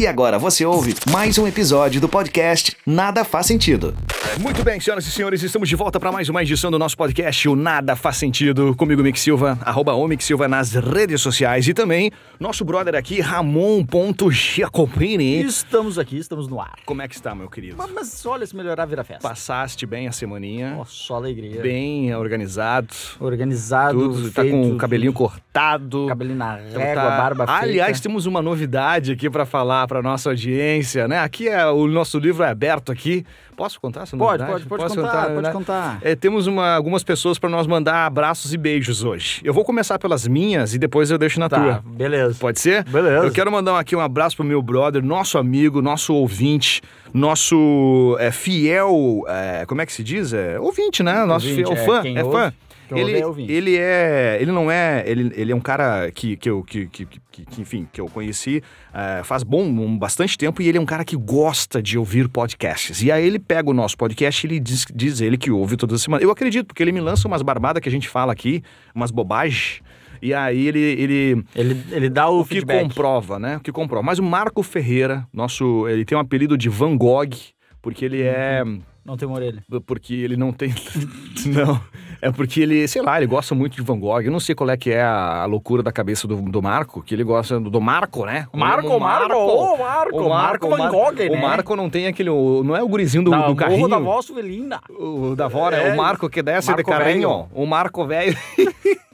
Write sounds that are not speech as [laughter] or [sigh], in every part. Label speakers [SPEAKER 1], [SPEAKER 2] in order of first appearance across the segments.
[SPEAKER 1] E agora você ouve mais um episódio do podcast Nada Faz Sentido.
[SPEAKER 2] Muito bem, senhoras e senhores, estamos de volta para mais uma edição do nosso podcast O Nada Faz Sentido. Comigo, Mick Silva, arroba o Mick Silva nas redes sociais e também nosso brother aqui, Ramon.Giacopini.
[SPEAKER 3] Estamos aqui, estamos no ar.
[SPEAKER 2] Como é que está, meu querido?
[SPEAKER 3] Mas, mas olha, se melhorar, vira festa.
[SPEAKER 2] Passaste bem a semaninha,
[SPEAKER 3] Ó, só alegria.
[SPEAKER 2] bem organizado,
[SPEAKER 3] Organizado,
[SPEAKER 2] tudo, tá com
[SPEAKER 3] feito,
[SPEAKER 2] o cabelinho cortado.
[SPEAKER 3] cabelinho na
[SPEAKER 2] Então
[SPEAKER 3] régua,
[SPEAKER 2] tá.
[SPEAKER 3] barba feita.
[SPEAKER 2] Aliás, temos uma novidade aqui para falar para nossa audiência, né? Aqui é o nosso livro é aberto aqui. Posso contar essa
[SPEAKER 3] pode,
[SPEAKER 2] novidade?
[SPEAKER 3] pode, pode
[SPEAKER 2] Posso
[SPEAKER 3] contar, pode
[SPEAKER 2] né?
[SPEAKER 3] contar.
[SPEAKER 2] É, temos uma- algumas pessoas para nós mandar abraços e beijos hoje. Eu vou começar pelas minhas e depois eu deixo na
[SPEAKER 3] Tá,
[SPEAKER 2] tua.
[SPEAKER 3] beleza.
[SPEAKER 2] Pode ser?
[SPEAKER 3] Beleza.
[SPEAKER 2] Eu quero mandar aqui um abraço pro meu brother, nosso amigo, nosso ouvinte, nosso é, fiel. é, como é que se diz? É, ouvinte, né? Nosso
[SPEAKER 3] Ouvinte,
[SPEAKER 2] fiel
[SPEAKER 3] é,
[SPEAKER 2] fã.
[SPEAKER 3] quem
[SPEAKER 2] é
[SPEAKER 3] ouve-
[SPEAKER 2] fã.
[SPEAKER 3] quem ouve
[SPEAKER 2] Ele,
[SPEAKER 3] é ouvinte.
[SPEAKER 2] ele é. Ele não é. Ele, ele é um cara que, que eu. Que, que, que- que, enfim, que eu conheci é, faz bom um, bastante tempo e ele é um cara que gosta de ouvir podcasts. E aí ele pega o nosso podcast e ele diz, diz ele que ouve toda semana. Eu acredito, porque ele me lança umas barbadas que a gente fala aqui, umas bobagens. E aí ele- ele
[SPEAKER 3] Ele, ele dá o,
[SPEAKER 2] o que
[SPEAKER 3] feedback.
[SPEAKER 2] comprova, né? O que comprova. Mas o Marco Ferreira, nosso, ele tem um apelido de Van Gogh, porque ele é,
[SPEAKER 3] Não tem uma orelha.
[SPEAKER 2] porque ele não tem, [laughs] não, é porque ele, sei lá, ele gosta muito de Van Gogh. Eu não sei qual é que é a, a loucura da cabeça do, do Marco, que ele gosta do, do Marco, né? O
[SPEAKER 3] Marco, Marco, ô, Marco,
[SPEAKER 2] o
[SPEAKER 3] Marco Van Gogh,
[SPEAKER 2] o
[SPEAKER 3] né?
[SPEAKER 2] Marco não tem aquele, o- não é o gurizinho do,
[SPEAKER 3] Dá
[SPEAKER 2] do
[SPEAKER 3] o morro
[SPEAKER 2] carrinho. Tá
[SPEAKER 3] da voz Suvelina.
[SPEAKER 2] O da Vora,
[SPEAKER 3] É,
[SPEAKER 2] o Marco que desce
[SPEAKER 3] Marco
[SPEAKER 2] de carrinho,
[SPEAKER 3] velho.
[SPEAKER 2] o Marco velho. [laughs]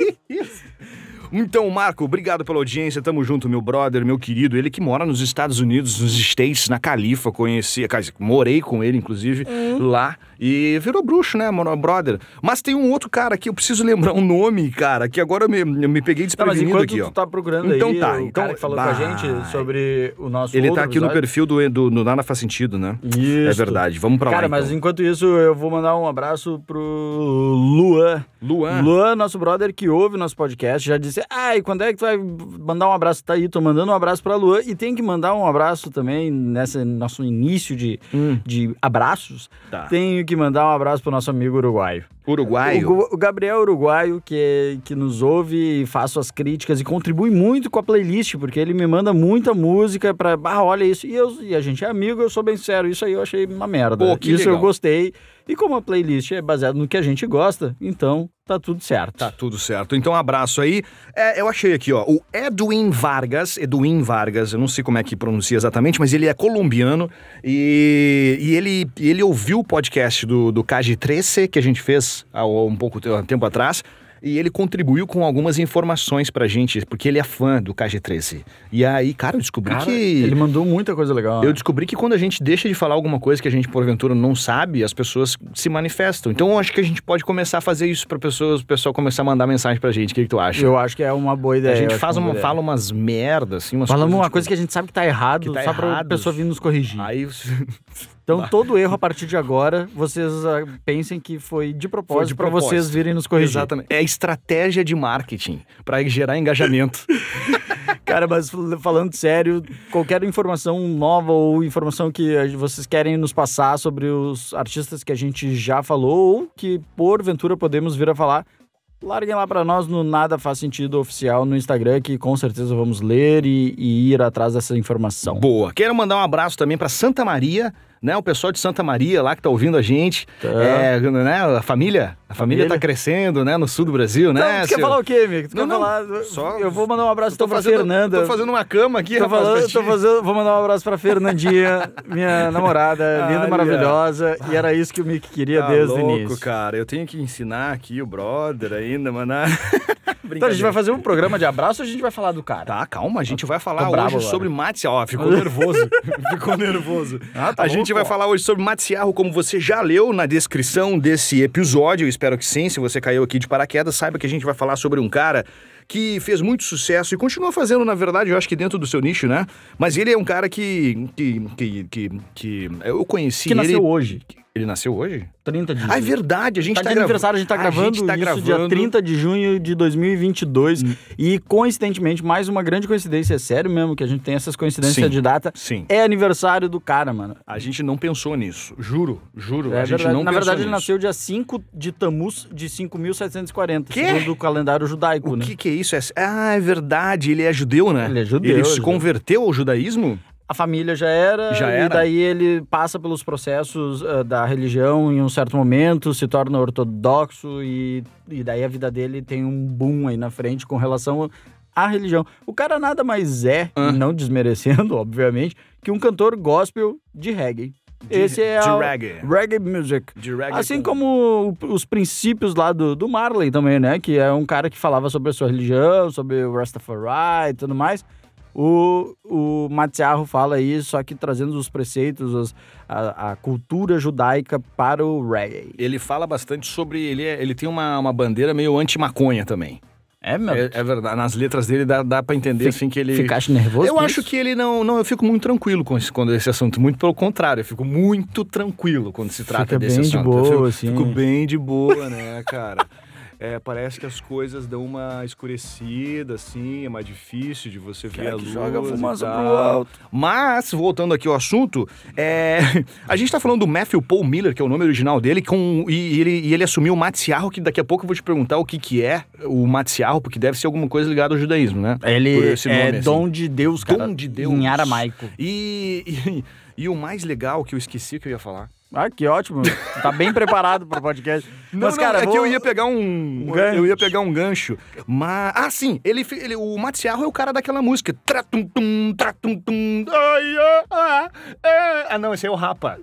[SPEAKER 2] Então, Marco, obrigado pela audiência. Tamo junto, meu brother, meu querido. Ele que mora nos Estados Unidos, nos States, na Califa. Conheci, quer dizer, morei com ele, inclusive, lá. E virou bruxo, né, mano, brother? Mas tem um outro cara aqui, eu preciso lembrar um nome, cara, que agora eu me, eu me peguei
[SPEAKER 3] Tá, mas
[SPEAKER 2] desprevenido
[SPEAKER 3] enquanto
[SPEAKER 2] aqui,
[SPEAKER 3] tu
[SPEAKER 2] ó.
[SPEAKER 3] tá procurando
[SPEAKER 2] Então
[SPEAKER 3] aí,
[SPEAKER 2] tá,
[SPEAKER 3] o
[SPEAKER 2] então-
[SPEAKER 3] cara que falou com
[SPEAKER 2] Bah.
[SPEAKER 3] a gente sobre o nosso
[SPEAKER 2] Ele tá
[SPEAKER 3] outro
[SPEAKER 2] aqui no
[SPEAKER 3] episódio.
[SPEAKER 2] perfil do, do, do Nada Faz Sentido, né? É
[SPEAKER 3] Isso.
[SPEAKER 2] verdade, vamos pra
[SPEAKER 3] Cara,
[SPEAKER 2] lá.
[SPEAKER 3] mas
[SPEAKER 2] então.
[SPEAKER 3] enquanto isso, eu vou mandar um abraço pro Luan.
[SPEAKER 2] Luan.
[SPEAKER 3] Luan, nosso brother que ouve nosso podcast, já disse: Ai, quando é que tu vai mandar um abraço? Tá aí, tô mandando um abraço pra Luan. E tem que mandar um abraço também nesse nosso início de, de abraços.
[SPEAKER 2] Hum. Tá.
[SPEAKER 3] Tenho que mandar um abraço pro nosso amigo uruguaio.
[SPEAKER 2] Uruguaio.
[SPEAKER 3] O, Gu- o Gabriel é Uruguaio, que, é, que nos ouve e faz suas críticas e contribui muito com a playlist, porque ele me manda muita música pra. Ah, olha isso. E, eu, e a gente é amigo, eu sou bem sério. Isso aí eu achei uma merda.
[SPEAKER 2] Pô, que
[SPEAKER 3] isso
[SPEAKER 2] legal.
[SPEAKER 3] eu gostei. E como a playlist é baseada no que a gente gosta, então tá tudo certo.
[SPEAKER 2] Tá tudo certo. Então, um abraço aí. É, eu achei aqui, ó, o Edwin Vargas, Edwin Vargas, eu não sei como é que pronuncia exatamente, mas ele é colombiano e, e ele, e ele ouviu o podcast do, do Cage 13 que a gente fez há um pouco há um tempo atrás. E ele contribuiu com algumas informações pra gente, porque ele é fã do KG13. E aí, cara, eu descobri
[SPEAKER 3] Cara,
[SPEAKER 2] que.
[SPEAKER 3] Ele mandou muita coisa legal. né?
[SPEAKER 2] Eu descobri que quando a gente deixa de falar alguma coisa que a gente porventura não sabe, as pessoas se manifestam. Então eu acho que a gente pode começar a fazer isso para pessoas, o pessoal começar a mandar mensagem pra gente. O que, que tu acha?
[SPEAKER 3] Eu acho que é uma boa ideia.
[SPEAKER 2] a
[SPEAKER 3] eu
[SPEAKER 2] gente
[SPEAKER 3] acho
[SPEAKER 2] faz
[SPEAKER 3] uma
[SPEAKER 2] uma,
[SPEAKER 3] boa ideia.
[SPEAKER 2] fala umas merdas, assim, umas
[SPEAKER 3] Falamos uma
[SPEAKER 2] tipo,
[SPEAKER 3] coisa que a gente sabe que tá errado,
[SPEAKER 2] que tá
[SPEAKER 3] só pra
[SPEAKER 2] errado.
[SPEAKER 3] pessoa vir nos corrigir.
[SPEAKER 2] tipo, Aí
[SPEAKER 3] [laughs] Então, todo erro a partir de agora, vocês ah, pensem que foi de
[SPEAKER 2] Foi
[SPEAKER 3] propósito
[SPEAKER 2] de
[SPEAKER 3] pra vocês
[SPEAKER 2] propósito.
[SPEAKER 3] virem nos corrigir.
[SPEAKER 2] [laughs] Exatamente. É estratégia de marketing para gerar
[SPEAKER 3] [laughs]
[SPEAKER 2] engajamento.
[SPEAKER 3] Cara, mas fal- falando sério, qualquer informação nova ou informação que a- vocês querem nos passar sobre os artistas que a gente já falou ou que porventura podemos vir a falar, larguem lá pra nós no Nada Faz Sentido oficial no Instagram, que com certeza vamos ler e, e ir atrás dessa informação.
[SPEAKER 2] Boa. Quero mandar um abraço também para Santa Maria, né? O pessoal de Santa Maria lá que tá ouvindo a gente. É, né? A família, a família,
[SPEAKER 3] Família.
[SPEAKER 2] tá crescendo, né, no sul do Brasil,
[SPEAKER 3] Então,
[SPEAKER 2] né?
[SPEAKER 3] tu quer
[SPEAKER 2] seu-
[SPEAKER 3] falar o quê, amigo? Tu
[SPEAKER 2] Não,
[SPEAKER 3] quer
[SPEAKER 2] não,
[SPEAKER 3] falar?
[SPEAKER 2] só-
[SPEAKER 3] Eu vou mandar um abraço então pra Fernanda.
[SPEAKER 2] Tô fazendo uma cama aqui,
[SPEAKER 3] [laughs] Tô,
[SPEAKER 2] rapaz, pra
[SPEAKER 3] falando,
[SPEAKER 2] ti.
[SPEAKER 3] tô fazendo, vou mandar um abraço pra Fernandinha, [laughs] minha namorada, linda,
[SPEAKER 2] Olha.
[SPEAKER 3] maravilhosa. E era isso que o Mick queria
[SPEAKER 2] Tá
[SPEAKER 3] desde
[SPEAKER 2] louco,
[SPEAKER 3] o início.
[SPEAKER 2] cara. Eu tenho que ensinar aqui o brother ainda, mano.
[SPEAKER 3] [laughs] Então a gente vai fazer um programa de abraço ou a gente vai falar do cara?
[SPEAKER 2] Tá, calma, a gente vai falar
[SPEAKER 3] Tô brabo
[SPEAKER 2] hoje
[SPEAKER 3] agora. Tá
[SPEAKER 2] sobre Matia. Ó,
[SPEAKER 3] [laughs]
[SPEAKER 2] ficou nervoso. ficou nervoso.
[SPEAKER 3] Ah, tá
[SPEAKER 2] a
[SPEAKER 3] bom,
[SPEAKER 2] gente vai
[SPEAKER 3] pô.
[SPEAKER 2] falar hoje sobre Matsiarro, como você já leu na descrição desse episódio. Eu espero que sim. Se você caiu aqui de paraquedas, saiba que a gente vai falar sobre um cara que fez muito sucesso e continua fazendo, na verdade, eu acho que dentro do seu nicho, né? Mas ele é um cara que. que. que. que, que- eu conheci
[SPEAKER 3] Que nasceu
[SPEAKER 2] ele.
[SPEAKER 3] hoje,
[SPEAKER 2] Ele nasceu hoje?
[SPEAKER 3] 30 de junho.
[SPEAKER 2] Ah, é verdade, a gente
[SPEAKER 3] Tá
[SPEAKER 2] tá,
[SPEAKER 3] de
[SPEAKER 2] grava-
[SPEAKER 3] aniversário, a gente tá gravando Hum.
[SPEAKER 2] gente tá
[SPEAKER 3] isso dia
[SPEAKER 2] gravando.
[SPEAKER 3] 30 de junho de 2022. E coincidentemente, mais uma grande coincidência, é sério mesmo que a gente tem essas coincidências
[SPEAKER 2] Sim.
[SPEAKER 3] de data,
[SPEAKER 2] Sim.
[SPEAKER 3] é aniversário do cara, mano.
[SPEAKER 2] A gente não pensou nisso, juro, juro,
[SPEAKER 3] É
[SPEAKER 2] a gente
[SPEAKER 3] verdade.
[SPEAKER 2] não
[SPEAKER 3] Na
[SPEAKER 2] pensou
[SPEAKER 3] verdade, ele
[SPEAKER 2] nisso.
[SPEAKER 3] nasceu dia 5 de Tamuz de 5.740,
[SPEAKER 2] Quê?
[SPEAKER 3] segundo o calendário judaico,
[SPEAKER 2] O
[SPEAKER 3] né?
[SPEAKER 2] que que é isso? É- Ah, é verdade, ele é judeu, né?
[SPEAKER 3] Ele é judeu,
[SPEAKER 2] Ele
[SPEAKER 3] é
[SPEAKER 2] se
[SPEAKER 3] judeu.
[SPEAKER 2] converteu ao judaísmo?
[SPEAKER 3] a família já era,
[SPEAKER 2] Já
[SPEAKER 3] e
[SPEAKER 2] era?
[SPEAKER 3] daí ele passa pelos processos ah, da religião em um certo momento, se torna ortodoxo e, e daí a vida dele tem um boom aí na frente com relação à religião. O cara nada mais é,
[SPEAKER 2] Ah.
[SPEAKER 3] não desmerecendo, [laughs] obviamente, que um cantor gospel de reggae. Esse é
[SPEAKER 2] de
[SPEAKER 3] o
[SPEAKER 2] reggae.
[SPEAKER 3] reggae music.
[SPEAKER 2] De reggae
[SPEAKER 3] Assim
[SPEAKER 2] com-
[SPEAKER 3] como o- os princípios lá do, do Marley também, né? Que é um cara que falava sobre a sua religião, sobre o Rastafari e tudo mais. O, o Matiarro fala aí, só que trazendo os preceitos, os- a, a cultura judaica para o reggae.
[SPEAKER 2] Ele fala bastante sobre. Ele, é- ele tem uma, uma bandeira meio anti-maconha também.
[SPEAKER 3] É, meu?
[SPEAKER 2] É, é verdade. Nas letras dele dá, dá pra entender assim que ele.
[SPEAKER 3] Ficaste nervoso?
[SPEAKER 2] Eu
[SPEAKER 3] com
[SPEAKER 2] acho
[SPEAKER 3] isso?
[SPEAKER 2] que ele não. Não, eu fico muito tranquilo com esse, quando esse assunto. Muito pelo contrário, eu fico muito tranquilo quando se trata
[SPEAKER 3] Fica
[SPEAKER 2] desse
[SPEAKER 3] bem de
[SPEAKER 2] assunto.
[SPEAKER 3] boa,
[SPEAKER 2] eu fico,
[SPEAKER 3] assim.
[SPEAKER 2] fico bem de boa, né, cara? [laughs] É, parece que as coisas dão uma escurecida, assim, é mais difícil de você ver a
[SPEAKER 3] Cara é que
[SPEAKER 2] luz.
[SPEAKER 3] joga
[SPEAKER 2] e
[SPEAKER 3] fumaça pro
[SPEAKER 2] tal.
[SPEAKER 3] alto.
[SPEAKER 2] Mas, voltando aqui ao assunto, é, [laughs] a gente tá falando do Matthew Paul Miller, que é o nome original dele, com, e, e ele, e ele assumiu o Matsiarro, que daqui a pouco eu vou te perguntar o que, que é o Matsiarro, porque deve ser alguma coisa ligada ao judaísmo, né? Por
[SPEAKER 3] Ele
[SPEAKER 2] esse
[SPEAKER 3] é
[SPEAKER 2] nome, assim.
[SPEAKER 3] dom de Deus, cara.
[SPEAKER 2] Dom de Deus.
[SPEAKER 3] Em aramaico.
[SPEAKER 2] E, e, e o mais legal que eu esqueci que eu ia falar.
[SPEAKER 3] Ah, que ótimo. Tu tá bem preparado
[SPEAKER 2] [laughs]
[SPEAKER 3] pro podcast. Mas, cara,
[SPEAKER 2] é que eu
[SPEAKER 3] vou-
[SPEAKER 2] ia pegar um,
[SPEAKER 3] gancho.
[SPEAKER 2] eu ia pegar um gancho, mas ah sim, ele, fe- ele o Matsiarro é o cara daquela música, tratum tum, tratum tum. Ai, ah, ah, ah. ah, não, esse é o Rapa.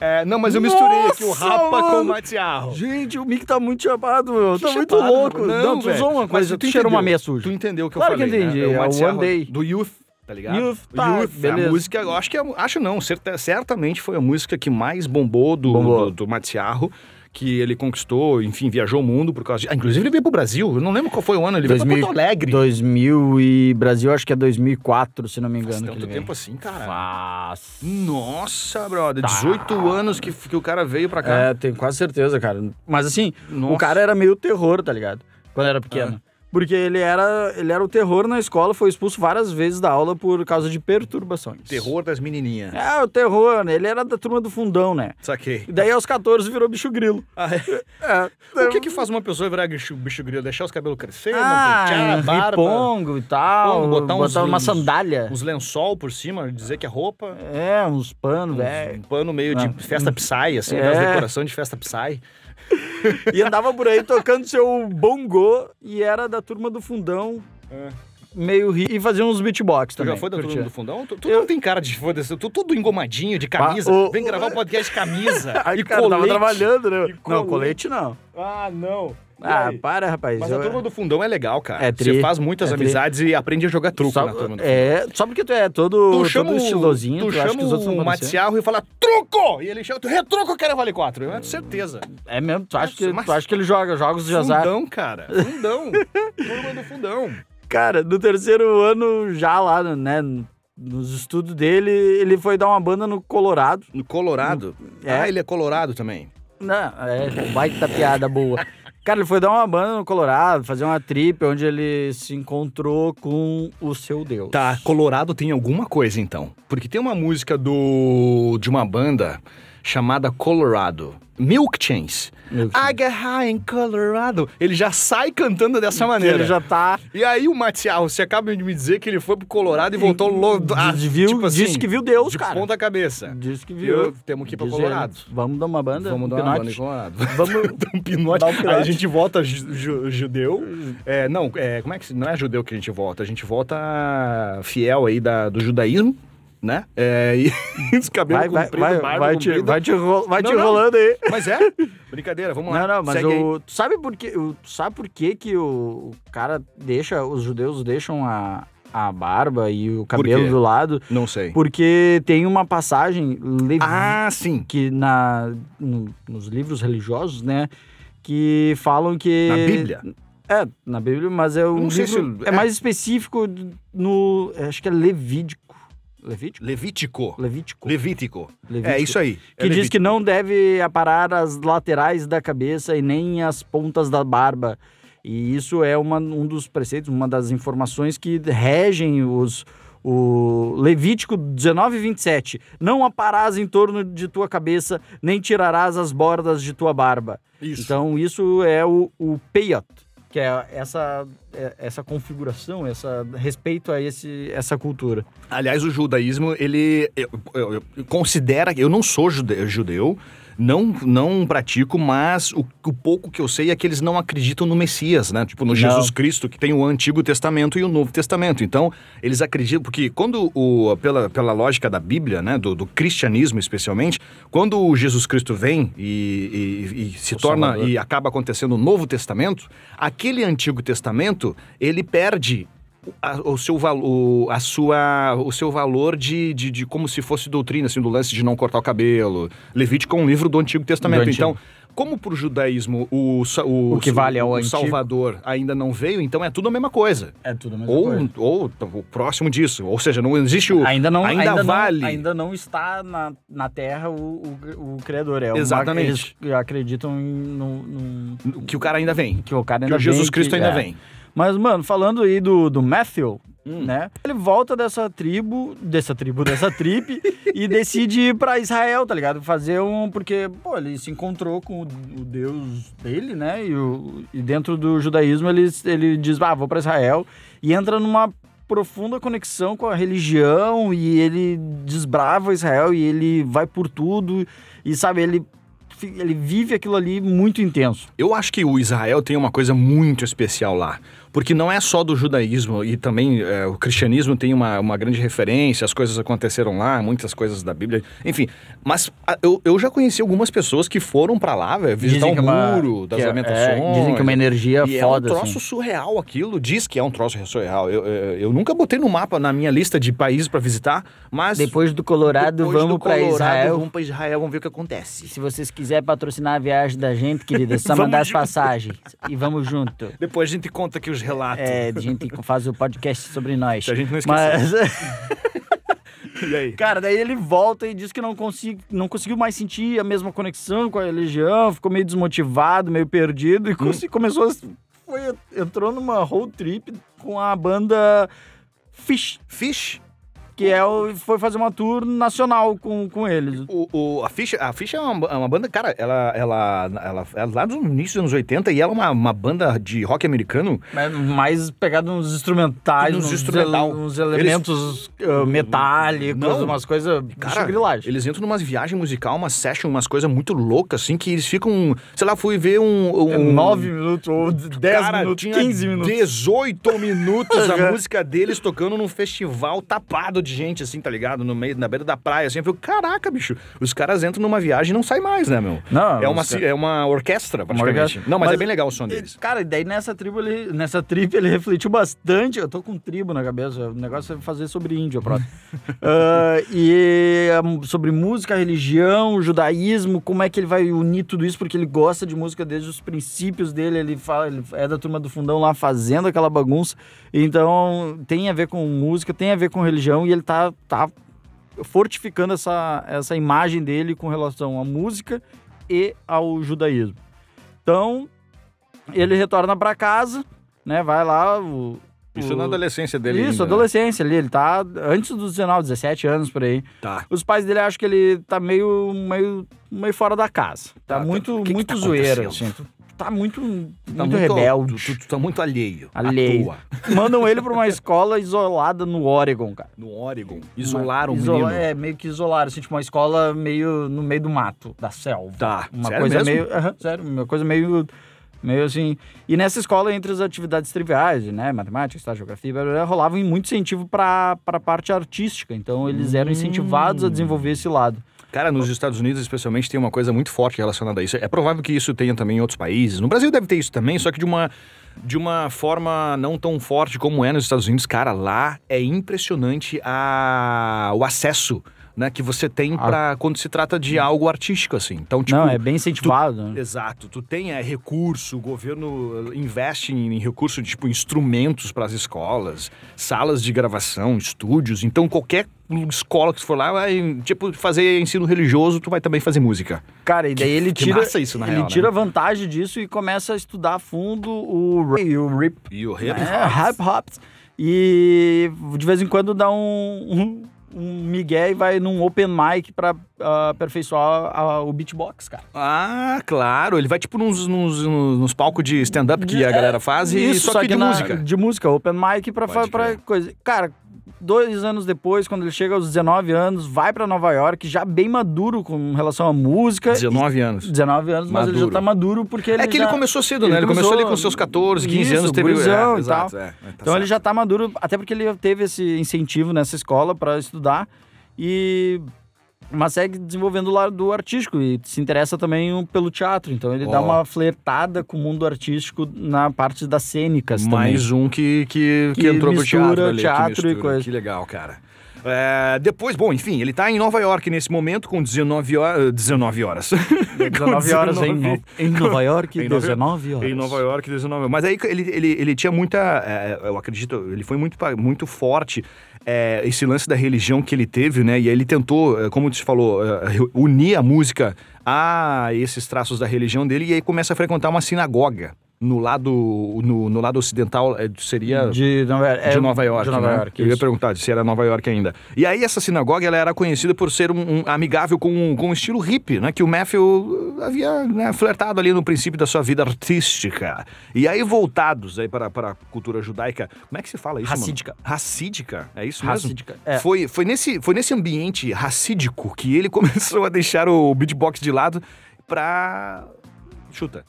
[SPEAKER 2] É, não, mas eu misturei aqui o
[SPEAKER 3] Nossa,
[SPEAKER 2] Rapa com o
[SPEAKER 3] mano.
[SPEAKER 2] Matsiarro.
[SPEAKER 3] Gente, o Mick tá muito chapado, meu. Tá muito
[SPEAKER 2] Chapado,
[SPEAKER 3] louco.
[SPEAKER 2] Não,
[SPEAKER 3] Não, tu
[SPEAKER 2] velho.
[SPEAKER 3] usou uma
[SPEAKER 2] Mas
[SPEAKER 3] coisa, tu cheirou
[SPEAKER 2] entendeu.
[SPEAKER 3] uma meia suja.
[SPEAKER 2] Tu entendeu o que
[SPEAKER 3] Claro
[SPEAKER 2] eu falei,
[SPEAKER 3] que entendi,
[SPEAKER 2] né?
[SPEAKER 3] é o
[SPEAKER 2] Matsiarro
[SPEAKER 3] One Day.
[SPEAKER 2] Do Youth, tá ligado?
[SPEAKER 3] Youth, tá, beleza.
[SPEAKER 2] a música, eu acho que, é- acho não, certa- certamente foi a música que mais bombou do,
[SPEAKER 3] Bombou.
[SPEAKER 2] do, do Matsiarro, que ele conquistou, enfim, viajou o mundo por causa de... Ah, inclusive ele veio pro Brasil, eu não lembro qual foi o ano, ele veio pra
[SPEAKER 3] 2000
[SPEAKER 2] Porto Alegre.
[SPEAKER 3] 2000 e Brasil, acho que é 2004, se não me
[SPEAKER 2] Faz
[SPEAKER 3] engano. que
[SPEAKER 2] tanto
[SPEAKER 3] ele
[SPEAKER 2] tempo
[SPEAKER 3] veio.
[SPEAKER 2] assim, cara.
[SPEAKER 3] Faz. Tá.
[SPEAKER 2] Nossa, brother, 18 anos que, que o cara veio pra cá.
[SPEAKER 3] É, tenho quase certeza, cara. Mas assim,
[SPEAKER 2] Nossa. Ah.
[SPEAKER 3] o cara era meio terror, tá ligado? Quando era pequeno. Porque ele era, ele era o terror na escola, foi expulso várias vezes da aula por causa de perturbações.
[SPEAKER 2] Terror das menininhas.
[SPEAKER 3] É, o terror, né? Ele era da turma do fundão, né?
[SPEAKER 2] Saquei.
[SPEAKER 3] E daí aos 14 virou bicho grilo. É.
[SPEAKER 2] O que que faz uma pessoa virar bicho, bicho grilo? Deixar os cabelos crescer,
[SPEAKER 3] Ah,
[SPEAKER 2] pentear, barba?
[SPEAKER 3] ripongo e tal.
[SPEAKER 2] Ripongo, botar
[SPEAKER 3] botar
[SPEAKER 2] uns-
[SPEAKER 3] uma
[SPEAKER 2] uns-
[SPEAKER 3] sandália.
[SPEAKER 2] Uns lençol por cima, dizer que é roupa.
[SPEAKER 3] É, uns panos, velho.
[SPEAKER 2] Um pano meio
[SPEAKER 3] Ah.
[SPEAKER 2] de festa psy, assim,
[SPEAKER 3] É.
[SPEAKER 2] aquelas decoração de festa psy.
[SPEAKER 3] [laughs] E andava por aí tocando seu bongô e era da turma do fundão.
[SPEAKER 2] É.
[SPEAKER 3] Meio ri e fazia uns beatbox
[SPEAKER 2] Tu
[SPEAKER 3] também.
[SPEAKER 2] já foi da turma
[SPEAKER 3] curtia.
[SPEAKER 2] do fundão? Tu, tu não tem cara de foda-se, tu tudo engomadinho, de camisa.
[SPEAKER 3] Ah, o-
[SPEAKER 2] Vem gravar um podcast de camisa
[SPEAKER 3] [laughs] Ai,
[SPEAKER 2] e
[SPEAKER 3] cara,
[SPEAKER 2] colete.
[SPEAKER 3] tava trabalhando, né?
[SPEAKER 2] E
[SPEAKER 3] Não,
[SPEAKER 2] colete.
[SPEAKER 3] colete não.
[SPEAKER 2] Ah, não. E
[SPEAKER 3] Ah,
[SPEAKER 2] aí?
[SPEAKER 3] para, rapaz.
[SPEAKER 2] Mas
[SPEAKER 3] eu-
[SPEAKER 2] a turma do fundão é legal, cara.
[SPEAKER 3] É tri,
[SPEAKER 2] Você faz muitas
[SPEAKER 3] é tri.
[SPEAKER 2] amizades e aprende a jogar truco
[SPEAKER 3] só,
[SPEAKER 2] na turma do fundão.
[SPEAKER 3] É, só porque tu é todo,
[SPEAKER 2] Tu
[SPEAKER 3] todo
[SPEAKER 2] chama o-
[SPEAKER 3] estilosinho, tu,
[SPEAKER 2] tu
[SPEAKER 3] acha
[SPEAKER 2] chama
[SPEAKER 3] que os outros né?
[SPEAKER 2] o
[SPEAKER 3] não parecem.
[SPEAKER 2] Matiarro e fala truco! E ele chama, tu retruco, cara, vale quatro. Eu tenho certeza.
[SPEAKER 3] É mesmo, tu acha, que,
[SPEAKER 2] Ah, Mas-
[SPEAKER 3] tu acha que ele joga jogos de azar.
[SPEAKER 2] Fundão, cara.
[SPEAKER 3] [laughs]
[SPEAKER 2] Fundão. Turma do fundão.
[SPEAKER 3] Cara, no terceiro ano, já lá, né, nos estudos dele, ele foi dar uma banda no Colorado.
[SPEAKER 2] No Colorado?
[SPEAKER 3] É.
[SPEAKER 2] Ah, ele é colorado também.
[SPEAKER 3] Não, é, baita piada boa. Cara, ele foi dar uma banda no Colorado, fazer uma trip onde ele se encontrou com o seu Deus.
[SPEAKER 2] Tá, colorado tem alguma coisa então. Porque tem uma música do de uma banda chamada Colorado. Milk Chains.
[SPEAKER 3] Milk
[SPEAKER 2] I get high in Colorado. Ele já sai cantando dessa maneira.
[SPEAKER 3] Ele já tá.
[SPEAKER 2] E aí o Matiarro, você acaba de me dizer que ele foi pro Colorado e voltou lodo. Ah,
[SPEAKER 3] Diz- viu,
[SPEAKER 2] tipo assim,
[SPEAKER 3] disse que viu Deus,
[SPEAKER 2] de
[SPEAKER 3] cara.
[SPEAKER 2] ponta cabeça.
[SPEAKER 3] Diz que
[SPEAKER 2] Eu-
[SPEAKER 3] viu.
[SPEAKER 2] temos que ir pra
[SPEAKER 3] Diz
[SPEAKER 2] Colorado.
[SPEAKER 3] ele, Vamos dar uma banda?
[SPEAKER 2] Vamos
[SPEAKER 3] um
[SPEAKER 2] dar uma banda em
[SPEAKER 3] pinote?"
[SPEAKER 2] Colorado.
[SPEAKER 3] [laughs]
[SPEAKER 2] [laughs]
[SPEAKER 3] Vamos.
[SPEAKER 2] um pinote.
[SPEAKER 3] Dá um pinote.
[SPEAKER 2] Aí a gente volta ju- ju- judeu. É, não, é, como é que se- não é judeu que a gente volta? A gente volta fiel aí da, do judaísmo, né? É, e [laughs] os cabelos
[SPEAKER 3] Vai, vai,
[SPEAKER 2] compridos,
[SPEAKER 3] vai,
[SPEAKER 2] barba
[SPEAKER 3] vai, te,
[SPEAKER 2] comprida.
[SPEAKER 3] vai, te, enro- vai te
[SPEAKER 2] Não, não.
[SPEAKER 3] enrolando aí.
[SPEAKER 2] Mas é? Brincadeira, vamos lá.
[SPEAKER 3] Não, não, mas
[SPEAKER 2] é? Segue aí.
[SPEAKER 3] o, tu sabe por que, o, tu sabe por que que o, o cara deixa, os judeus deixam a, a barba e o cabelo
[SPEAKER 2] quê?
[SPEAKER 3] do lado?
[SPEAKER 2] Não sei.
[SPEAKER 3] Porque tem uma passagem levi,
[SPEAKER 2] Ah, sim.
[SPEAKER 3] que na, no- nos livros religiosos, né, que falam que...
[SPEAKER 2] Na Bíblia.
[SPEAKER 3] É, na Bíblia, mas é um
[SPEAKER 2] não sei
[SPEAKER 3] livro-
[SPEAKER 2] se-
[SPEAKER 3] é,
[SPEAKER 2] é.
[SPEAKER 3] mais específico no, acho que é Levítico. Levítico?
[SPEAKER 2] Levítico.
[SPEAKER 3] Levítico.
[SPEAKER 2] Levítico. É
[SPEAKER 3] Levítico.
[SPEAKER 2] isso aí. É
[SPEAKER 3] Que diz que não deve aparar as laterais da cabeça e nem as pontas da barba. E isso é uma, um dos preceitos, uma das informações que regem os. O Levítico 19, 27. Não aparás em torno de tua cabeça, nem tirarás as bordas de tua barba.
[SPEAKER 2] Isso.
[SPEAKER 3] Então, isso é o, o peiot, que que é essa, é- essa configuração, essa respeito a esse, essa cultura.
[SPEAKER 2] Aliás, o judaísmo, ele eu, eu- eu- considera. Eu não sou jude- judeu, não, não pratico, mas o, o pouco que eu sei é que eles não acreditam no Messias, né? Tipo, no Jesus Cristo, que tem o Antigo Testamento e o Novo Testamento. Então, eles acreditam. Porque quando o. Pela, pela lógica da Bíblia, né? Do, do cristianismo, especialmente, quando o Jesus Cristo vem e, e- e se torna.
[SPEAKER 3] Salvador.
[SPEAKER 2] e acaba acontecendo o Novo Testamento, aquele Antigo Testamento, ele perde a- o seu valor, a sua, o seu valor de, de, de como se fosse doutrina, assim, do lance de não cortar o cabelo. Levítico é um livro do Antigo Testamento.
[SPEAKER 3] Do Antigo.
[SPEAKER 2] Então, como pro judaísmo o, sa- o,
[SPEAKER 3] O que vale é o
[SPEAKER 2] o
[SPEAKER 3] Antigo.
[SPEAKER 2] Salvador ainda não veio, então é tudo a mesma coisa.
[SPEAKER 3] É tudo a mesma
[SPEAKER 2] Ou, um
[SPEAKER 3] coisa.
[SPEAKER 2] ou t- o próximo disso. Ou seja, não existe o.
[SPEAKER 3] Ainda não, ainda,
[SPEAKER 2] Ainda, vale.
[SPEAKER 3] não, ainda não está na, na Terra o, o, o Criador. É uma-
[SPEAKER 2] Exatamente.
[SPEAKER 3] eles acreditam em, num- num-
[SPEAKER 2] Que o cara ainda vem.
[SPEAKER 3] que o cara
[SPEAKER 2] Que
[SPEAKER 3] ainda
[SPEAKER 2] o Jesus
[SPEAKER 3] vem,
[SPEAKER 2] Cristo
[SPEAKER 3] que-
[SPEAKER 2] ainda
[SPEAKER 3] é.
[SPEAKER 2] vem.
[SPEAKER 3] Mas, mano, falando aí do, do Matthew,
[SPEAKER 2] Hum.
[SPEAKER 3] né? Ele volta dessa tribo, dessa tribo, dessa
[SPEAKER 2] [laughs]
[SPEAKER 3] trip, e decide ir pra Israel, tá ligado? Fazer um. Porque, pô, ele se encontrou com o, o Deus dele, né? E, o- e dentro do judaísmo ele, ele diz, ah, vou pra Israel, e entra numa profunda conexão com a religião, e ele desbrava Israel, e ele vai por tudo, e sabe, ele, fi- ele vive aquilo ali muito intenso.
[SPEAKER 2] Eu acho que o Israel tem uma coisa muito especial lá. Porque não é só do judaísmo, e também é, o cristianismo tem uma, uma grande referência, as coisas aconteceram lá, muitas coisas da Bíblia, enfim. Mas a- eu, eu já conheci algumas pessoas que foram pra lá, velho, visitar
[SPEAKER 3] Dizem
[SPEAKER 2] o
[SPEAKER 3] que é uma-
[SPEAKER 2] muro das
[SPEAKER 3] que é- é,
[SPEAKER 2] lamentações.
[SPEAKER 3] dizem que é uma energia
[SPEAKER 2] E
[SPEAKER 3] foda,
[SPEAKER 2] é um troço
[SPEAKER 3] assim.
[SPEAKER 2] surreal aquilo, diz que é um troço surreal. Eu, eu, eu nunca botei no mapa, na minha lista de países pra visitar, mas...
[SPEAKER 3] Depois do Colorado,
[SPEAKER 2] depois do
[SPEAKER 3] vamos pra
[SPEAKER 2] Colorado,
[SPEAKER 3] Israel.
[SPEAKER 2] Vamos pra Israel, vamos ver o que acontece.
[SPEAKER 3] Se vocês quiserem patrocinar a viagem da gente, querida, é só
[SPEAKER 2] [laughs] Vamos
[SPEAKER 3] mandar as
[SPEAKER 2] junto.
[SPEAKER 3] passagens. E vamos junto.
[SPEAKER 2] Depois a gente conta aqui os relatos.
[SPEAKER 3] É, a gente faz o podcast sobre nós.
[SPEAKER 2] Se a gente não
[SPEAKER 3] Mas,
[SPEAKER 2] esquecer. [laughs] E aí?
[SPEAKER 3] [laughs] cara, daí ele volta e diz que não, consi- não conseguiu mais sentir a mesma conexão com a religião, ficou meio desmotivado, meio perdido, e
[SPEAKER 2] Hum.
[SPEAKER 3] consi- começou a... Foi, entrou numa road trip com a banda Fish,
[SPEAKER 2] Fish?
[SPEAKER 3] que é o, foi fazer uma tour nacional com, com eles.
[SPEAKER 2] O, o- a Ficha, a Ficha é, uma, é uma banda, cara, ela, ela, ela, ela é lá dos inícios dos anos 80 e ela é uma, uma banda de rock americano.
[SPEAKER 3] Mas Né, mais pegado nos instrumentais,
[SPEAKER 2] Nos
[SPEAKER 3] nos,
[SPEAKER 2] instrumental.
[SPEAKER 3] ele- uns elementos ah, metálicos,
[SPEAKER 2] Não.
[SPEAKER 3] umas coisas
[SPEAKER 2] Cara,
[SPEAKER 3] grilagem.
[SPEAKER 2] eles entram numa viagem musical, uma session, umas coisas muito loucas, assim, que eles ficam. Sei lá, fui ver um. um
[SPEAKER 3] 9 minutos, ou 10
[SPEAKER 2] cara,
[SPEAKER 3] É minutos,
[SPEAKER 2] tinha
[SPEAKER 3] 15 minutos.
[SPEAKER 2] 18 minutos a
[SPEAKER 3] [laughs] Aham.
[SPEAKER 2] música deles tocando num festival tapado de gente, assim, tá ligado? No meio, na beira da praia, assim. Eu falei, caraca, bicho, os caras entram numa viagem e não saem mais, né, meu?
[SPEAKER 3] Não,
[SPEAKER 2] é uma,
[SPEAKER 3] os ca-
[SPEAKER 2] é uma orquestra, praticamente.
[SPEAKER 3] orquestra.
[SPEAKER 2] Não, mas,
[SPEAKER 3] Mas-
[SPEAKER 2] é bem legal o som deles.
[SPEAKER 3] E, Cara, e daí nessa tribo ele, nessa trip ele refletiu bastante. Eu tô com tribo na cabeça. O negócio é fazer sobre índio, pronto.
[SPEAKER 2] [laughs]
[SPEAKER 3] Ah, e ah, sobre música, religião, judaísmo, como é que ele vai unir tudo isso? Porque ele gosta de música desde os princípios dele. Ele fala, ele é da turma do fundão lá fazendo aquela bagunça. Então tem a ver com música, tem a ver com religião e ele tá, tá fortificando essa, essa imagem dele com relação à música e ao judaísmo. Então, ele retorna pra casa, né? Vai lá. O,
[SPEAKER 2] Isso é
[SPEAKER 3] o-
[SPEAKER 2] na adolescência dele.
[SPEAKER 3] Isso,
[SPEAKER 2] ainda, né?
[SPEAKER 3] adolescência ali. Ele tá antes dos 19, 17 anos por aí.
[SPEAKER 2] Tá.
[SPEAKER 3] Os pais dele acham que ele tá meio, meio, meio fora da casa. Tá
[SPEAKER 2] Tá, tá.
[SPEAKER 3] muito,
[SPEAKER 2] O que que
[SPEAKER 3] muito
[SPEAKER 2] tá
[SPEAKER 3] zoeiro,
[SPEAKER 2] acontecendo?
[SPEAKER 3] assim. Tu Tá muito, muito,
[SPEAKER 2] Tá
[SPEAKER 3] rebelde.
[SPEAKER 2] Tu, tu tá muito alheio. à
[SPEAKER 3] Alheio.
[SPEAKER 2] toa.
[SPEAKER 3] Mandam ele pra uma escola isolada no Oregon, cara.
[SPEAKER 2] No Oregon. Isolaram
[SPEAKER 3] Isola-
[SPEAKER 2] o menino.
[SPEAKER 3] É, meio que isolaram, assim, tipo uma escola meio no meio do mato, da selva.
[SPEAKER 2] Tá.
[SPEAKER 3] Uma
[SPEAKER 2] Sério
[SPEAKER 3] coisa
[SPEAKER 2] mesmo?
[SPEAKER 3] meio. Aham, sério, uma coisa meio. Meio assim. E nessa escola, entre as atividades triviais, né? Matemática, tá, geografia, blá, blá, blá, rolava muito incentivo para a parte artística. Então, eles eram incentivados
[SPEAKER 2] Hum.
[SPEAKER 3] a desenvolver esse lado.
[SPEAKER 2] Cara, nos Estados Unidos, especialmente, tem uma coisa muito forte relacionada a isso. É provável que isso tenha também em outros países. No Brasil deve ter isso também, só que de uma, de uma forma não tão forte como é nos Estados Unidos. Cara, lá é impressionante a, o acesso né, que você tem
[SPEAKER 3] Ah.
[SPEAKER 2] para quando se trata de algo artístico, assim. Então, tipo,
[SPEAKER 3] Não, é bem incentivado. né?
[SPEAKER 2] Exato. Tu tem é, recurso, o governo eh, investe em, em recurso, tipo, instrumentos para as escolas, salas de gravação, estúdios. Então, qualquer escola que tu for lá, vai, tipo, fazer ensino religioso, tu vai também fazer música.
[SPEAKER 3] Cara, e daí ele
[SPEAKER 2] que
[SPEAKER 3] tira.
[SPEAKER 2] massa isso, na
[SPEAKER 3] ele
[SPEAKER 2] real, né?
[SPEAKER 3] tira vantagem disso e começa a estudar a fundo o rap, e o rip
[SPEAKER 2] E o
[SPEAKER 3] É, hip hop. E de vez em quando dá um, um, um migué e vai num open mic pra ah, aperfeiçoar a- o beatbox, cara.
[SPEAKER 2] Ah, claro. Ele vai tipo nos, nos, nos palcos de stand-up que a galera faz e só, que, de
[SPEAKER 3] na-
[SPEAKER 2] música.
[SPEAKER 3] De música, open mic pra,
[SPEAKER 2] Pode
[SPEAKER 3] fa- pra
[SPEAKER 2] crer.
[SPEAKER 3] coisa. Cara, dois anos depois, quando ele chega aos 19 anos, vai pra Nova York, já bem maduro com relação à música.
[SPEAKER 2] 19 anos.
[SPEAKER 3] 19 anos, mas ele
[SPEAKER 2] Maduro.
[SPEAKER 3] já tá maduro porque ele
[SPEAKER 2] é que ele
[SPEAKER 3] já-
[SPEAKER 2] começou cedo,
[SPEAKER 3] ele
[SPEAKER 2] né? Ele começou,
[SPEAKER 3] começou-
[SPEAKER 2] ali com seus 14, 15
[SPEAKER 3] Isso,
[SPEAKER 2] anos, teve
[SPEAKER 3] gurizão
[SPEAKER 2] é,
[SPEAKER 3] e
[SPEAKER 2] exato,
[SPEAKER 3] tal.
[SPEAKER 2] é, é, tá
[SPEAKER 3] então ele
[SPEAKER 2] certo.
[SPEAKER 3] já tá maduro, até porque ele teve esse incentivo nessa escola pra estudar e mas segue desenvolvendo o lado artístico e se interessa também um- pelo teatro, então ele dá
[SPEAKER 2] Ó.
[SPEAKER 3] uma flertada com o mundo artístico na parte das cênicas também.
[SPEAKER 2] Mais um que, que, que
[SPEAKER 3] Que
[SPEAKER 2] entrou pro
[SPEAKER 3] mistura
[SPEAKER 2] teatro ali.
[SPEAKER 3] teatro e
[SPEAKER 2] que mistura.
[SPEAKER 3] coisa.
[SPEAKER 2] Que legal, cara. É, depois, bom, enfim, ele tá em Nova York nesse momento com 19 horas. 19 horas. [laughs] Com
[SPEAKER 3] 19 horas em,
[SPEAKER 2] 19
[SPEAKER 3] em Nova
[SPEAKER 2] [laughs]
[SPEAKER 3] York,
[SPEAKER 2] Em Nova-
[SPEAKER 3] 19 horas.
[SPEAKER 2] Em Nova York, 19. Mas aí ele, ele, ele tinha muita. é, eu acredito, ele foi muito, pa- muito forte é, esse lance da religião que ele teve, né? E aí ele tentou, é, como tu falou, é, re- unir a música a esses traços da religião dele, e aí começa a frequentar uma sinagoga. No lado, no, no lado ocidental é, seria
[SPEAKER 3] De Nova, é,
[SPEAKER 2] de Nova York.
[SPEAKER 3] De Nova
[SPEAKER 2] né?
[SPEAKER 3] York.
[SPEAKER 2] Eu ia
[SPEAKER 3] isso.
[SPEAKER 2] perguntar se era Nova York ainda. E aí, essa sinagoga ela era conhecida por ser um, um amigável com, com o estilo hippie, né? Que o Matthew havia né, flertado ali no princípio da sua vida artística. E aí, voltados aí para, para a cultura judaica, como é que se fala isso? mano?
[SPEAKER 3] Racídica.
[SPEAKER 2] Racídica? É isso
[SPEAKER 3] Racídica,
[SPEAKER 2] mesmo?
[SPEAKER 3] é.
[SPEAKER 2] Foi, foi, nesse, foi nesse ambiente racídico que ele [laughs] começou a deixar o beatbox de lado pra. Chuta.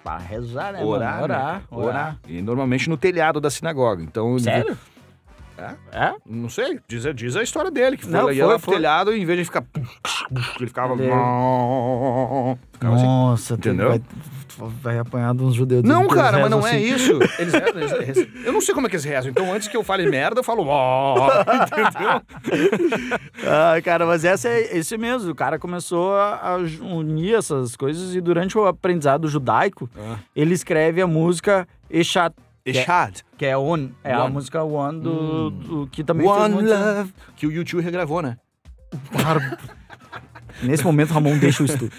[SPEAKER 3] Pra rezar, né?
[SPEAKER 2] Orar,
[SPEAKER 3] mano?
[SPEAKER 2] né?
[SPEAKER 3] orar,
[SPEAKER 2] orar. E normalmente no telhado da sinagoga. Então,
[SPEAKER 3] Sério?
[SPEAKER 2] É?
[SPEAKER 3] É?
[SPEAKER 2] Não sei, diz, a- diz a história dele, que foi,
[SPEAKER 3] Não,
[SPEAKER 2] lá e
[SPEAKER 3] foi,
[SPEAKER 2] ela pro
[SPEAKER 3] foi.
[SPEAKER 2] telhado e em vez de ficar. Ele ficava.
[SPEAKER 3] Ele-
[SPEAKER 2] ficava assim.
[SPEAKER 3] Nossa, tu
[SPEAKER 2] Entendeu?
[SPEAKER 3] vai, tu vai apanhar de uns judeus.
[SPEAKER 2] Não,
[SPEAKER 3] que
[SPEAKER 2] cara,
[SPEAKER 3] eles
[SPEAKER 2] mas não
[SPEAKER 3] rezam
[SPEAKER 2] é
[SPEAKER 3] assim.
[SPEAKER 2] isso. [laughs] Eles rezam, eles rezam. Eu não sei como é que eles rezam. Então, antes que eu fale merda, eu falo. "Ó", [laughs] entendeu?
[SPEAKER 3] Ah, cara, mas essa é esse mesmo. O cara começou a, a ju- unir essas coisas e durante o aprendizado judaico,
[SPEAKER 2] Ah.
[SPEAKER 3] ele escreve a música Eshat,
[SPEAKER 2] Echad.
[SPEAKER 3] que é One. Hum. É a
[SPEAKER 2] One.
[SPEAKER 3] música One do, do- que também fez
[SPEAKER 2] One
[SPEAKER 3] muito...
[SPEAKER 2] Love. Que o YouTube regravou, né?
[SPEAKER 3] Nesse momento, Ramon deixa o [laughs] estudo.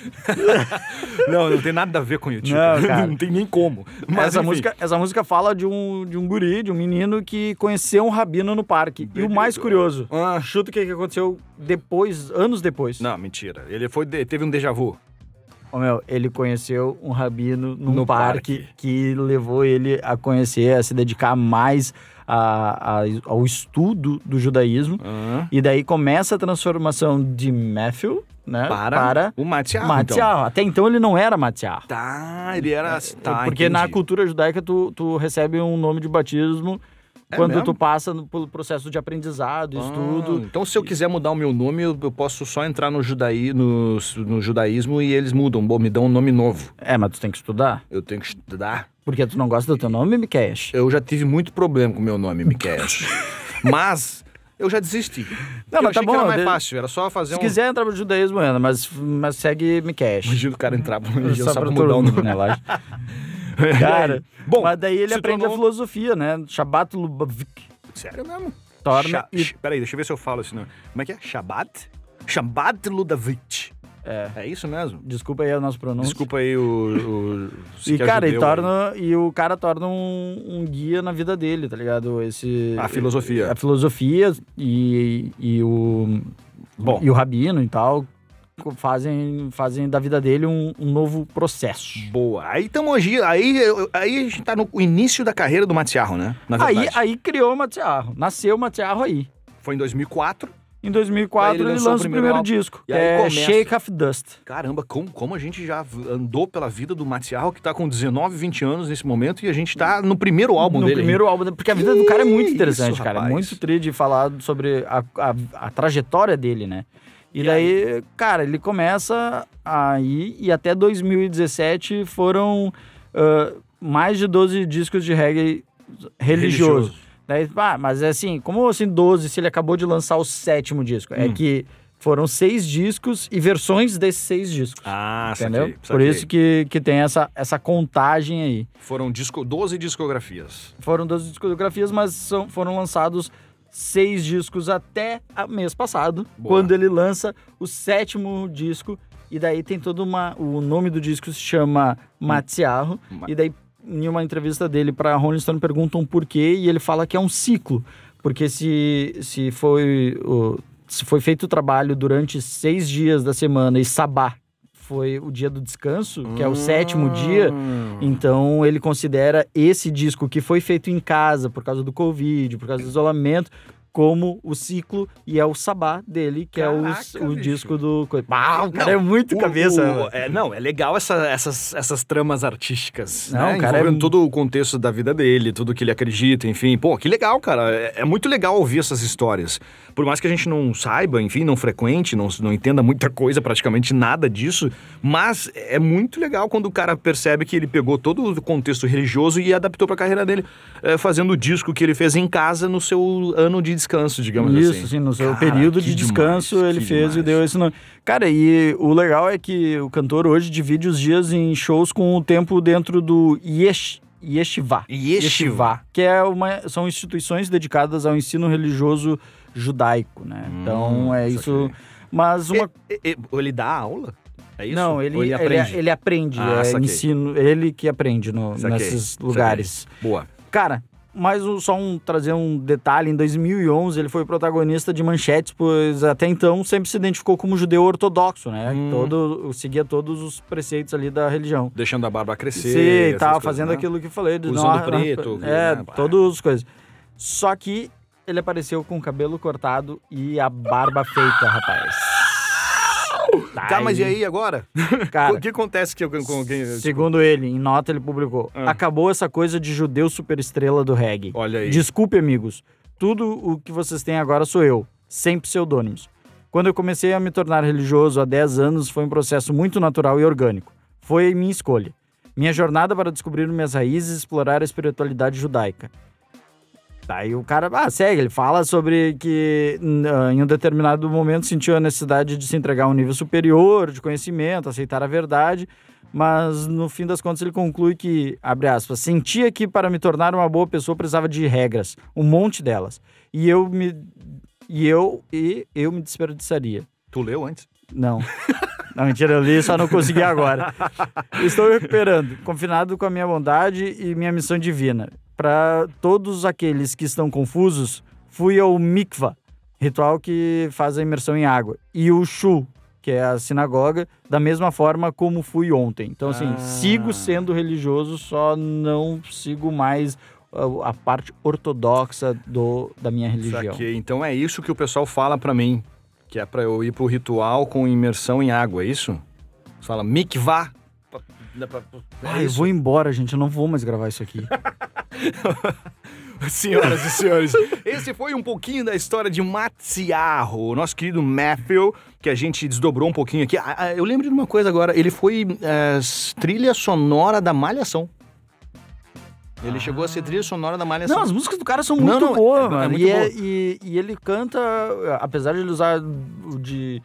[SPEAKER 2] Não, não tem nada a ver com o YouTube. [laughs]
[SPEAKER 3] Não, cara.
[SPEAKER 2] tem nem como. Mas
[SPEAKER 3] essa,
[SPEAKER 2] enfim.
[SPEAKER 3] música, essa música fala de um, de um guri, de um menino que conheceu um rabino no parque. E o mais curioso,
[SPEAKER 2] Ah,
[SPEAKER 3] chuta o que que aconteceu depois, anos depois.
[SPEAKER 2] Não, mentira. Ele foi, de- teve um déjà vu.
[SPEAKER 3] Ô, meu, ele conheceu um rabino num
[SPEAKER 2] No
[SPEAKER 3] parque, que levou ele a conhecer, a se dedicar mais a- a- ao estudo do judaísmo.
[SPEAKER 2] Ah.
[SPEAKER 3] E daí começa a transformação de Matthew, né?
[SPEAKER 2] Para, o Matiá.
[SPEAKER 3] para Matziah. Até então ele não era Matiah.
[SPEAKER 2] Tá, ele era. Tá,
[SPEAKER 3] porque na
[SPEAKER 2] entendi.
[SPEAKER 3] cultura judaica tu, tu recebe um nome de batismo
[SPEAKER 2] É
[SPEAKER 3] quando
[SPEAKER 2] mesmo?
[SPEAKER 3] tu passa no- pelo processo de aprendizado,
[SPEAKER 2] Ah,
[SPEAKER 3] estudo.
[SPEAKER 2] Então, se eu quiser mudar o meu nome, eu, eu posso só entrar no, judaí, no, no judaísmo e eles mudam. Bom, me dão um nome novo.
[SPEAKER 3] É, mas tu tem que estudar.
[SPEAKER 2] Eu tenho que estudar.
[SPEAKER 3] Porque tu não gosta do teu nome, Miquel?
[SPEAKER 2] Eu já tive muito problema com o meu nome,
[SPEAKER 3] [laughs]
[SPEAKER 2] Miquel. mas eu já desisti. Não,
[SPEAKER 3] mas
[SPEAKER 2] eu achei
[SPEAKER 3] tá
[SPEAKER 2] que era
[SPEAKER 3] bom,
[SPEAKER 2] mais
[SPEAKER 3] de-
[SPEAKER 2] fácil, era só fazer
[SPEAKER 3] Se
[SPEAKER 2] um.
[SPEAKER 3] quiser entrar pro judaísmo, Ana, mas, mas segue Miquel.
[SPEAKER 2] Imagina o cara entrar pra um religião só,
[SPEAKER 3] pra
[SPEAKER 2] pra mudar o
[SPEAKER 3] todo
[SPEAKER 2] nome.
[SPEAKER 3] mundo, [laughs] né, Laje? Cara,
[SPEAKER 2] [laughs] Bom,
[SPEAKER 3] mas daí ele
[SPEAKER 2] se
[SPEAKER 3] aprende
[SPEAKER 2] tornou- um
[SPEAKER 3] a filosofia, né? Shabbat Lubavitch
[SPEAKER 2] Sério mesmo?
[SPEAKER 3] torna
[SPEAKER 2] Sha-
[SPEAKER 3] e
[SPEAKER 2] sh- Peraí, deixa eu ver se eu falo esse nome. Como é que é? Shabbat? Shabbat Ludavitch.
[SPEAKER 3] É.
[SPEAKER 2] É isso mesmo?
[SPEAKER 3] Desculpa aí o nosso pronúncio.
[SPEAKER 2] Desculpa aí o. o se
[SPEAKER 3] E,
[SPEAKER 2] que é
[SPEAKER 3] cara, ele
[SPEAKER 2] judeu aí.
[SPEAKER 3] torna, e o cara torna um, um guia na vida dele, tá ligado? Esse,
[SPEAKER 2] A filosofia.
[SPEAKER 3] A filosofia e, e, o,
[SPEAKER 2] Bom.
[SPEAKER 3] e o rabino e tal co- fazem, fazem da vida dele um, um novo processo.
[SPEAKER 2] Boa. Aí estamos hoje. Aí, eu- aí a gente tá no início da carreira do Matiarro, né? Na
[SPEAKER 3] Aí,
[SPEAKER 2] verdade.
[SPEAKER 3] aí criou o Matiarro, nasceu o Matiarro aí.
[SPEAKER 2] Foi em 2004.
[SPEAKER 3] Em 2004
[SPEAKER 2] Aí ele
[SPEAKER 3] ele,
[SPEAKER 2] lançou o
[SPEAKER 3] lança o
[SPEAKER 2] primeiro
[SPEAKER 3] primeiro,
[SPEAKER 2] álbum.
[SPEAKER 3] disco,
[SPEAKER 2] E
[SPEAKER 3] que
[SPEAKER 2] aí
[SPEAKER 3] é
[SPEAKER 2] começa.
[SPEAKER 3] Shake of Dust.
[SPEAKER 2] Caramba, como, como a gente já andou pela vida do Matiarro, que tá com 19, 20 anos nesse momento, e a gente tá no primeiro álbum
[SPEAKER 3] no
[SPEAKER 2] dele.
[SPEAKER 3] primeiro álbum, dele, porque a vida do
[SPEAKER 2] Que
[SPEAKER 3] cara é muito
[SPEAKER 2] isso,
[SPEAKER 3] interessante, cara.
[SPEAKER 2] rapaz.
[SPEAKER 3] É muito tri de falar sobre a, a- a trajetória dele, né? E,
[SPEAKER 2] E
[SPEAKER 3] daí, cara, ele começa aí e até 2017 foram ah, mais de 12 discos de reggae religioso. Daí, ah, mas é assim, como assim 12 se ele acabou de lançar o sétimo disco? É
[SPEAKER 2] Hum.
[SPEAKER 3] que foram seis discos e versões desses seis discos.
[SPEAKER 2] Ah,
[SPEAKER 3] entendeu?
[SPEAKER 2] saquei,
[SPEAKER 3] Por
[SPEAKER 2] saquei.
[SPEAKER 3] isso que, que tem essa, essa contagem aí.
[SPEAKER 2] Foram disco, 12 discografias.
[SPEAKER 3] Foram 12 discografias, mas são- foram lançados seis discos até a- mês passado,
[SPEAKER 2] Boa.
[SPEAKER 3] quando ele lança o sétimo disco. E daí tem toda uma. O nome do disco se chama Matsiarro.
[SPEAKER 2] Ma-
[SPEAKER 3] E daí, em uma entrevista dele para Rolling Stone, perguntam por quê, e ele fala que é um ciclo. Porque se, se foi. o- se foi feito o trabalho durante seis dias da semana e sabá foi o dia do descanso, que é o
[SPEAKER 2] Ah.
[SPEAKER 3] sétimo dia,
[SPEAKER 2] Uhum.
[SPEAKER 3] então ele considera esse disco que foi feito em casa por causa do Covid, por causa do isolamento, como o ciclo e é o sabá dele, que é
[SPEAKER 2] Caraca,
[SPEAKER 3] o, o
[SPEAKER 2] bicho.
[SPEAKER 3] disco do. co- Ah, o cara
[SPEAKER 2] Não,
[SPEAKER 3] é muito
[SPEAKER 2] o-
[SPEAKER 3] cabeça. né?
[SPEAKER 2] o- é, não, é legal essa- essas, essas tramas artísticas.
[SPEAKER 3] Não,
[SPEAKER 2] né?
[SPEAKER 3] o cara é
[SPEAKER 2] Envolvendo
[SPEAKER 3] um-
[SPEAKER 2] todo o contexto da vida dele, tudo que ele acredita, enfim. Pô, que legal, cara. É, é muito legal ouvir essas histórias. Por mais que a gente não saiba, enfim, não frequente, não, não entenda muita coisa, praticamente nada disso. Mas é muito legal quando o cara percebe que ele pegou todo o contexto religioso e adaptou pra carreira dele, eh, fazendo o disco que ele fez em casa no seu ano de descanso, digamos
[SPEAKER 3] Isso,
[SPEAKER 2] assim.
[SPEAKER 3] sim, no seu
[SPEAKER 2] Cara,
[SPEAKER 3] período
[SPEAKER 2] que
[SPEAKER 3] de
[SPEAKER 2] demais,
[SPEAKER 3] descanso ele
[SPEAKER 2] que
[SPEAKER 3] fez e
[SPEAKER 2] demais.
[SPEAKER 3] deu esse nome. Cara, e o legal é que o cantor hoje divide os dias em shows com o tempo dentro do yesh, Yeshiva.
[SPEAKER 2] Yeshiva.
[SPEAKER 3] que é uma, são instituições dedicadas ao ensino religioso judaico, né? então é
[SPEAKER 2] isso
[SPEAKER 3] isso. Mas uma
[SPEAKER 2] Hum, E- e- Ele dá aula? É isso?
[SPEAKER 3] Não, ele,
[SPEAKER 2] Ou
[SPEAKER 3] ele aprende. Ele, é aprende,
[SPEAKER 2] Ah,
[SPEAKER 3] é,
[SPEAKER 2] saquei.
[SPEAKER 3] ensino, ele que aprende no-
[SPEAKER 2] Saquei,
[SPEAKER 3] nesses
[SPEAKER 2] saquei.
[SPEAKER 3] lugares.
[SPEAKER 2] Boa.
[SPEAKER 3] Cara, mas um- só um, trazer um detalhe, em 2011 ele foi protagonista de manchetes, pois até então sempre se identificou como judeu ortodoxo, né?
[SPEAKER 2] Hum.
[SPEAKER 3] Todo, seguia todos os preceitos ali da religião.
[SPEAKER 2] Deixando a barba crescer.
[SPEAKER 3] Sim,
[SPEAKER 2] essas
[SPEAKER 3] tava
[SPEAKER 2] coisas,
[SPEAKER 3] fazendo
[SPEAKER 2] né?
[SPEAKER 3] aquilo que eu falei. de
[SPEAKER 2] Usando
[SPEAKER 3] não- não-
[SPEAKER 2] preto,
[SPEAKER 3] É,
[SPEAKER 2] né?
[SPEAKER 3] todas as coisas. Só que ele apareceu com o cabelo cortado e a barba feita, rapaz.
[SPEAKER 2] Tá, mas e aí agora?
[SPEAKER 3] Cara,
[SPEAKER 2] o que acontece que eu, com, com, quem-
[SPEAKER 3] Segundo ele, em nota ele publicou:
[SPEAKER 2] Ah.
[SPEAKER 3] Acabou essa coisa de judeu superestrela do reggae.
[SPEAKER 2] Olha aí.
[SPEAKER 3] Desculpe, amigos. Tudo o que vocês têm agora sou eu, sem pseudônimos. Quando eu comecei a me tornar religioso há 10 anos, foi um processo muito natural e orgânico. Foi minha escolha. Minha jornada para descobrir minhas raízes e explorar a espiritualidade judaica. Daí o cara ah, segue, ele fala sobre que n- ah, em um determinado momento sentiu a necessidade de se entregar a um nível superior de conhecimento, aceitar a verdade, mas no fim das contas ele conclui que, abre aspas, sentia que para me tornar uma boa pessoa precisava de regras, um monte delas. E eu me e eu e eu me desperdiçaria.
[SPEAKER 2] Tu leu antes?
[SPEAKER 3] Não. Não, mentira, eu li, só não consegui agora. Estou me recuperando, confinado com a minha bondade e minha missão divina. Para todos aqueles que estão confusos, fui ao mikva, ritual que faz a imersão em água, e o shu, que é a sinagoga, da mesma forma como fui ontem. Então, assim,
[SPEAKER 2] Ah.
[SPEAKER 3] sigo sendo religioso, só não sigo mais uh, a- a parte ortodoxa do, da minha religião.
[SPEAKER 2] Saquei. Então é isso que o pessoal fala pra mim. Que é pra eu ir pro ritual com imersão em água, é isso? Fala, mikvah.
[SPEAKER 3] Ah, eu vou embora, gente, eu não vou mais gravar isso aqui.
[SPEAKER 2] [laughs] Senhoras e senhores, esse foi um pouquinho da história de Matsiarro, o nosso querido Matthew, que a gente desdobrou um pouquinho aqui. Ah, ah, Eu lembro de uma coisa agora, ele foi eh, s- trilha sonora da Malhação. Ele chegou a ser trilha sonora da Malhação. Então,
[SPEAKER 3] Não, as músicas do cara são
[SPEAKER 2] É Não,
[SPEAKER 3] muito
[SPEAKER 2] não,
[SPEAKER 3] boas,
[SPEAKER 2] é- é
[SPEAKER 3] mano.
[SPEAKER 2] muito
[SPEAKER 3] e, é-
[SPEAKER 2] boa.
[SPEAKER 3] e- e ele canta, apesar de ele usar o de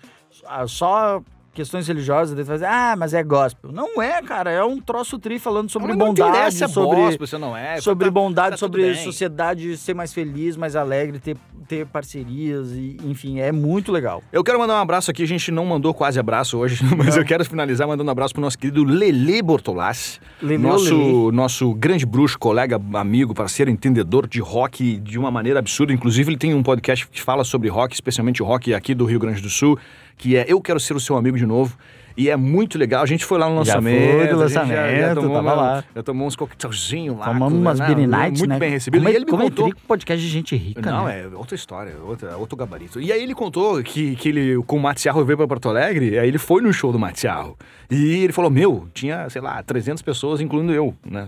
[SPEAKER 3] ah, só questões religiosas, ele faz, ah, mas é gospel. Não é, cara, é um troço tri falando sobre
[SPEAKER 2] Mas Não
[SPEAKER 3] bondade,
[SPEAKER 2] interessa, é
[SPEAKER 3] sobre
[SPEAKER 2] gospel, você não é.
[SPEAKER 3] sobre
[SPEAKER 2] tá-
[SPEAKER 3] bondade,
[SPEAKER 2] tudo
[SPEAKER 3] sobre
[SPEAKER 2] bem.
[SPEAKER 3] sociedade ser mais feliz, mais alegre, ter, ter parcerias e enfim, é muito legal.
[SPEAKER 2] Eu quero mandar um abraço aqui, a gente não mandou quase abraço hoje, [laughs] mas eu quero finalizar mandando um abraço pro nosso querido Lele Bortolassi.
[SPEAKER 3] Lele,
[SPEAKER 2] nosso, nosso grande bruxo, colega, amigo, parceiro, entendedor de rock de uma maneira absurda. Inclusive, ele tem um podcast que fala sobre rock, especialmente o rock aqui do Rio Grande do Sul, que é Eu Quero Ser o Seu Amigo de Novo. E é muito legal. A gente foi lá no
[SPEAKER 3] Já
[SPEAKER 2] lançamento.
[SPEAKER 3] foi do
[SPEAKER 2] a gente
[SPEAKER 3] lançamento,
[SPEAKER 2] tomou,
[SPEAKER 3] tava
[SPEAKER 2] uma-
[SPEAKER 3] lá.
[SPEAKER 2] Já tomou uns coquetelzinhos lá.
[SPEAKER 3] Tomamos umas
[SPEAKER 2] né?
[SPEAKER 3] Beer Night,
[SPEAKER 2] Muito
[SPEAKER 3] né?
[SPEAKER 2] bem recebido.
[SPEAKER 3] Como,
[SPEAKER 2] e ele me
[SPEAKER 3] como
[SPEAKER 2] contou...
[SPEAKER 3] é tri- podcast de gente rica,
[SPEAKER 2] Não,
[SPEAKER 3] né?
[SPEAKER 2] é outra história, outra, é outro gabarito. E aí ele contou que, que ele, com o Matiarro veio pra Porto Alegre, aí ele foi no show do Matiarro. E ele falou, meu, tinha, sei lá, 300 pessoas, incluindo eu,
[SPEAKER 3] [laughs]
[SPEAKER 2] né?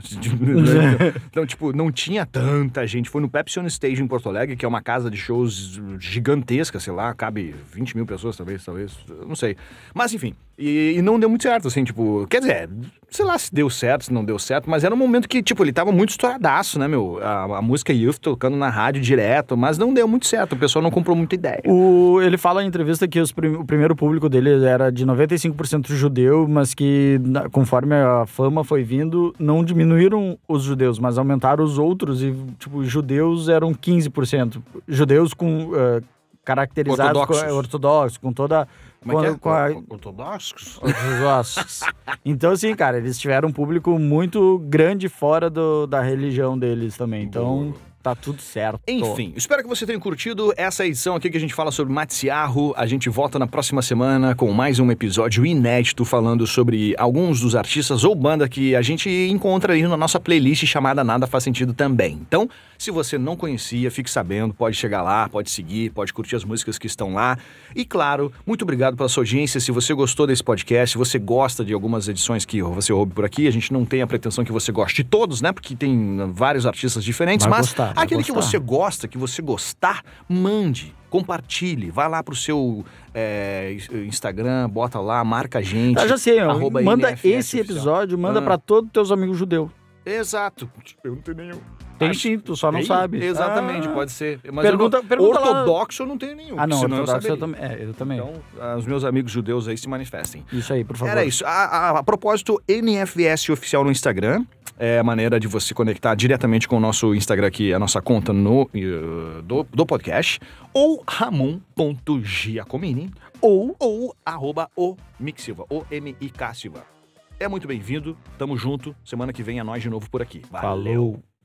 [SPEAKER 2] então, tipo, não tinha tanta gente. Foi no Pepsi On Stage em Porto Alegre, que é uma casa de shows gigantesca, sei lá, cabe 20 mil pessoas, talvez, talvez, eu não sei. Mas, enfim, e, e não deu muito certo, assim, tipo, quer dizer, sei lá se deu certo, se não deu certo, mas era um momento que, tipo, ele tava muito estouradaço, né, meu? A, a música Youth tocando na rádio direto, mas não deu muito certo, o pessoal não comprou muita ideia.
[SPEAKER 3] O- ele fala em entrevista que os prim- o primeiro público dele era de 95% judeu, mas que na- conforme a fama foi vindo, não diminuíram os judeus, mas aumentaram os outros e, tipo, judeus eram 15%. Judeus com... eh, caracterizados
[SPEAKER 2] Ortodoxos.
[SPEAKER 3] com, eh, ortodoxos, com toda...
[SPEAKER 2] Como é que é?
[SPEAKER 3] com a-
[SPEAKER 2] Ortodoxos?
[SPEAKER 3] ortodoxos. então, assim, cara, eles tiveram um público muito grande fora do- da religião deles também. Então, Tá tudo certo.
[SPEAKER 2] Enfim, espero que você tenha curtido essa edição aqui que a gente fala sobre Matsiarro. A gente volta na próxima semana com mais um episódio inédito falando sobre alguns dos artistas ou banda que a gente encontra aí na nossa playlist chamada Nada Faz Sentido também. Então, se você não conhecia, fique sabendo, pode chegar lá, pode seguir, pode curtir as músicas que estão lá. E claro, muito obrigado pela sua audiência. Se você gostou desse podcast, se você gosta de algumas edições que você ouve por aqui, a gente não tem a pretensão que você goste de todos, né? Porque tem vários artistas diferentes,
[SPEAKER 3] Vai
[SPEAKER 2] mas
[SPEAKER 3] gostar, vai
[SPEAKER 2] aquele que
[SPEAKER 3] gostar.
[SPEAKER 2] você gosta, que você gostar, mande, compartilhe, vai lá pro seu é, Instagram, bota lá, marca a gente.
[SPEAKER 3] Eu já sei, ó,
[SPEAKER 2] arroba
[SPEAKER 3] manda
[SPEAKER 2] NFS
[SPEAKER 3] esse
[SPEAKER 2] oficial.
[SPEAKER 3] episódio, manda
[SPEAKER 2] Ah.
[SPEAKER 3] pra todos os teus amigos judeus.
[SPEAKER 2] Exato. Eu não tenho nenhum.
[SPEAKER 3] Tem
[SPEAKER 2] Acho-
[SPEAKER 3] sim, tu só não
[SPEAKER 2] Tem?
[SPEAKER 3] sabe.
[SPEAKER 2] Ah, é Exatamente,
[SPEAKER 3] Ah.
[SPEAKER 2] pode ser. Mas
[SPEAKER 3] Pergunta-
[SPEAKER 2] eu não,
[SPEAKER 3] pergunta lá-
[SPEAKER 2] ortodoxo eu não tenho nenhum.
[SPEAKER 3] Ah, não,
[SPEAKER 2] senão eu
[SPEAKER 3] ortodoxo eu
[SPEAKER 2] saberia.
[SPEAKER 3] também. É, eu também.
[SPEAKER 2] Então, ah, os meus amigos judeus aí se manifestem.
[SPEAKER 3] isso aí, por favor.
[SPEAKER 2] Era isso. A, a- a propósito, NFS oficial no Instagram. É a maneira de você conectar diretamente com o nosso Instagram aqui, a nossa conta no, eh, do, do podcast. Ou ramon.giacomini ou, ou arroba o Mick Silva, o M-I-K Silva. É muito bem-vindo, tamo junto. Semana que vem é nós de novo por aqui. Valeu!
[SPEAKER 3] Falou.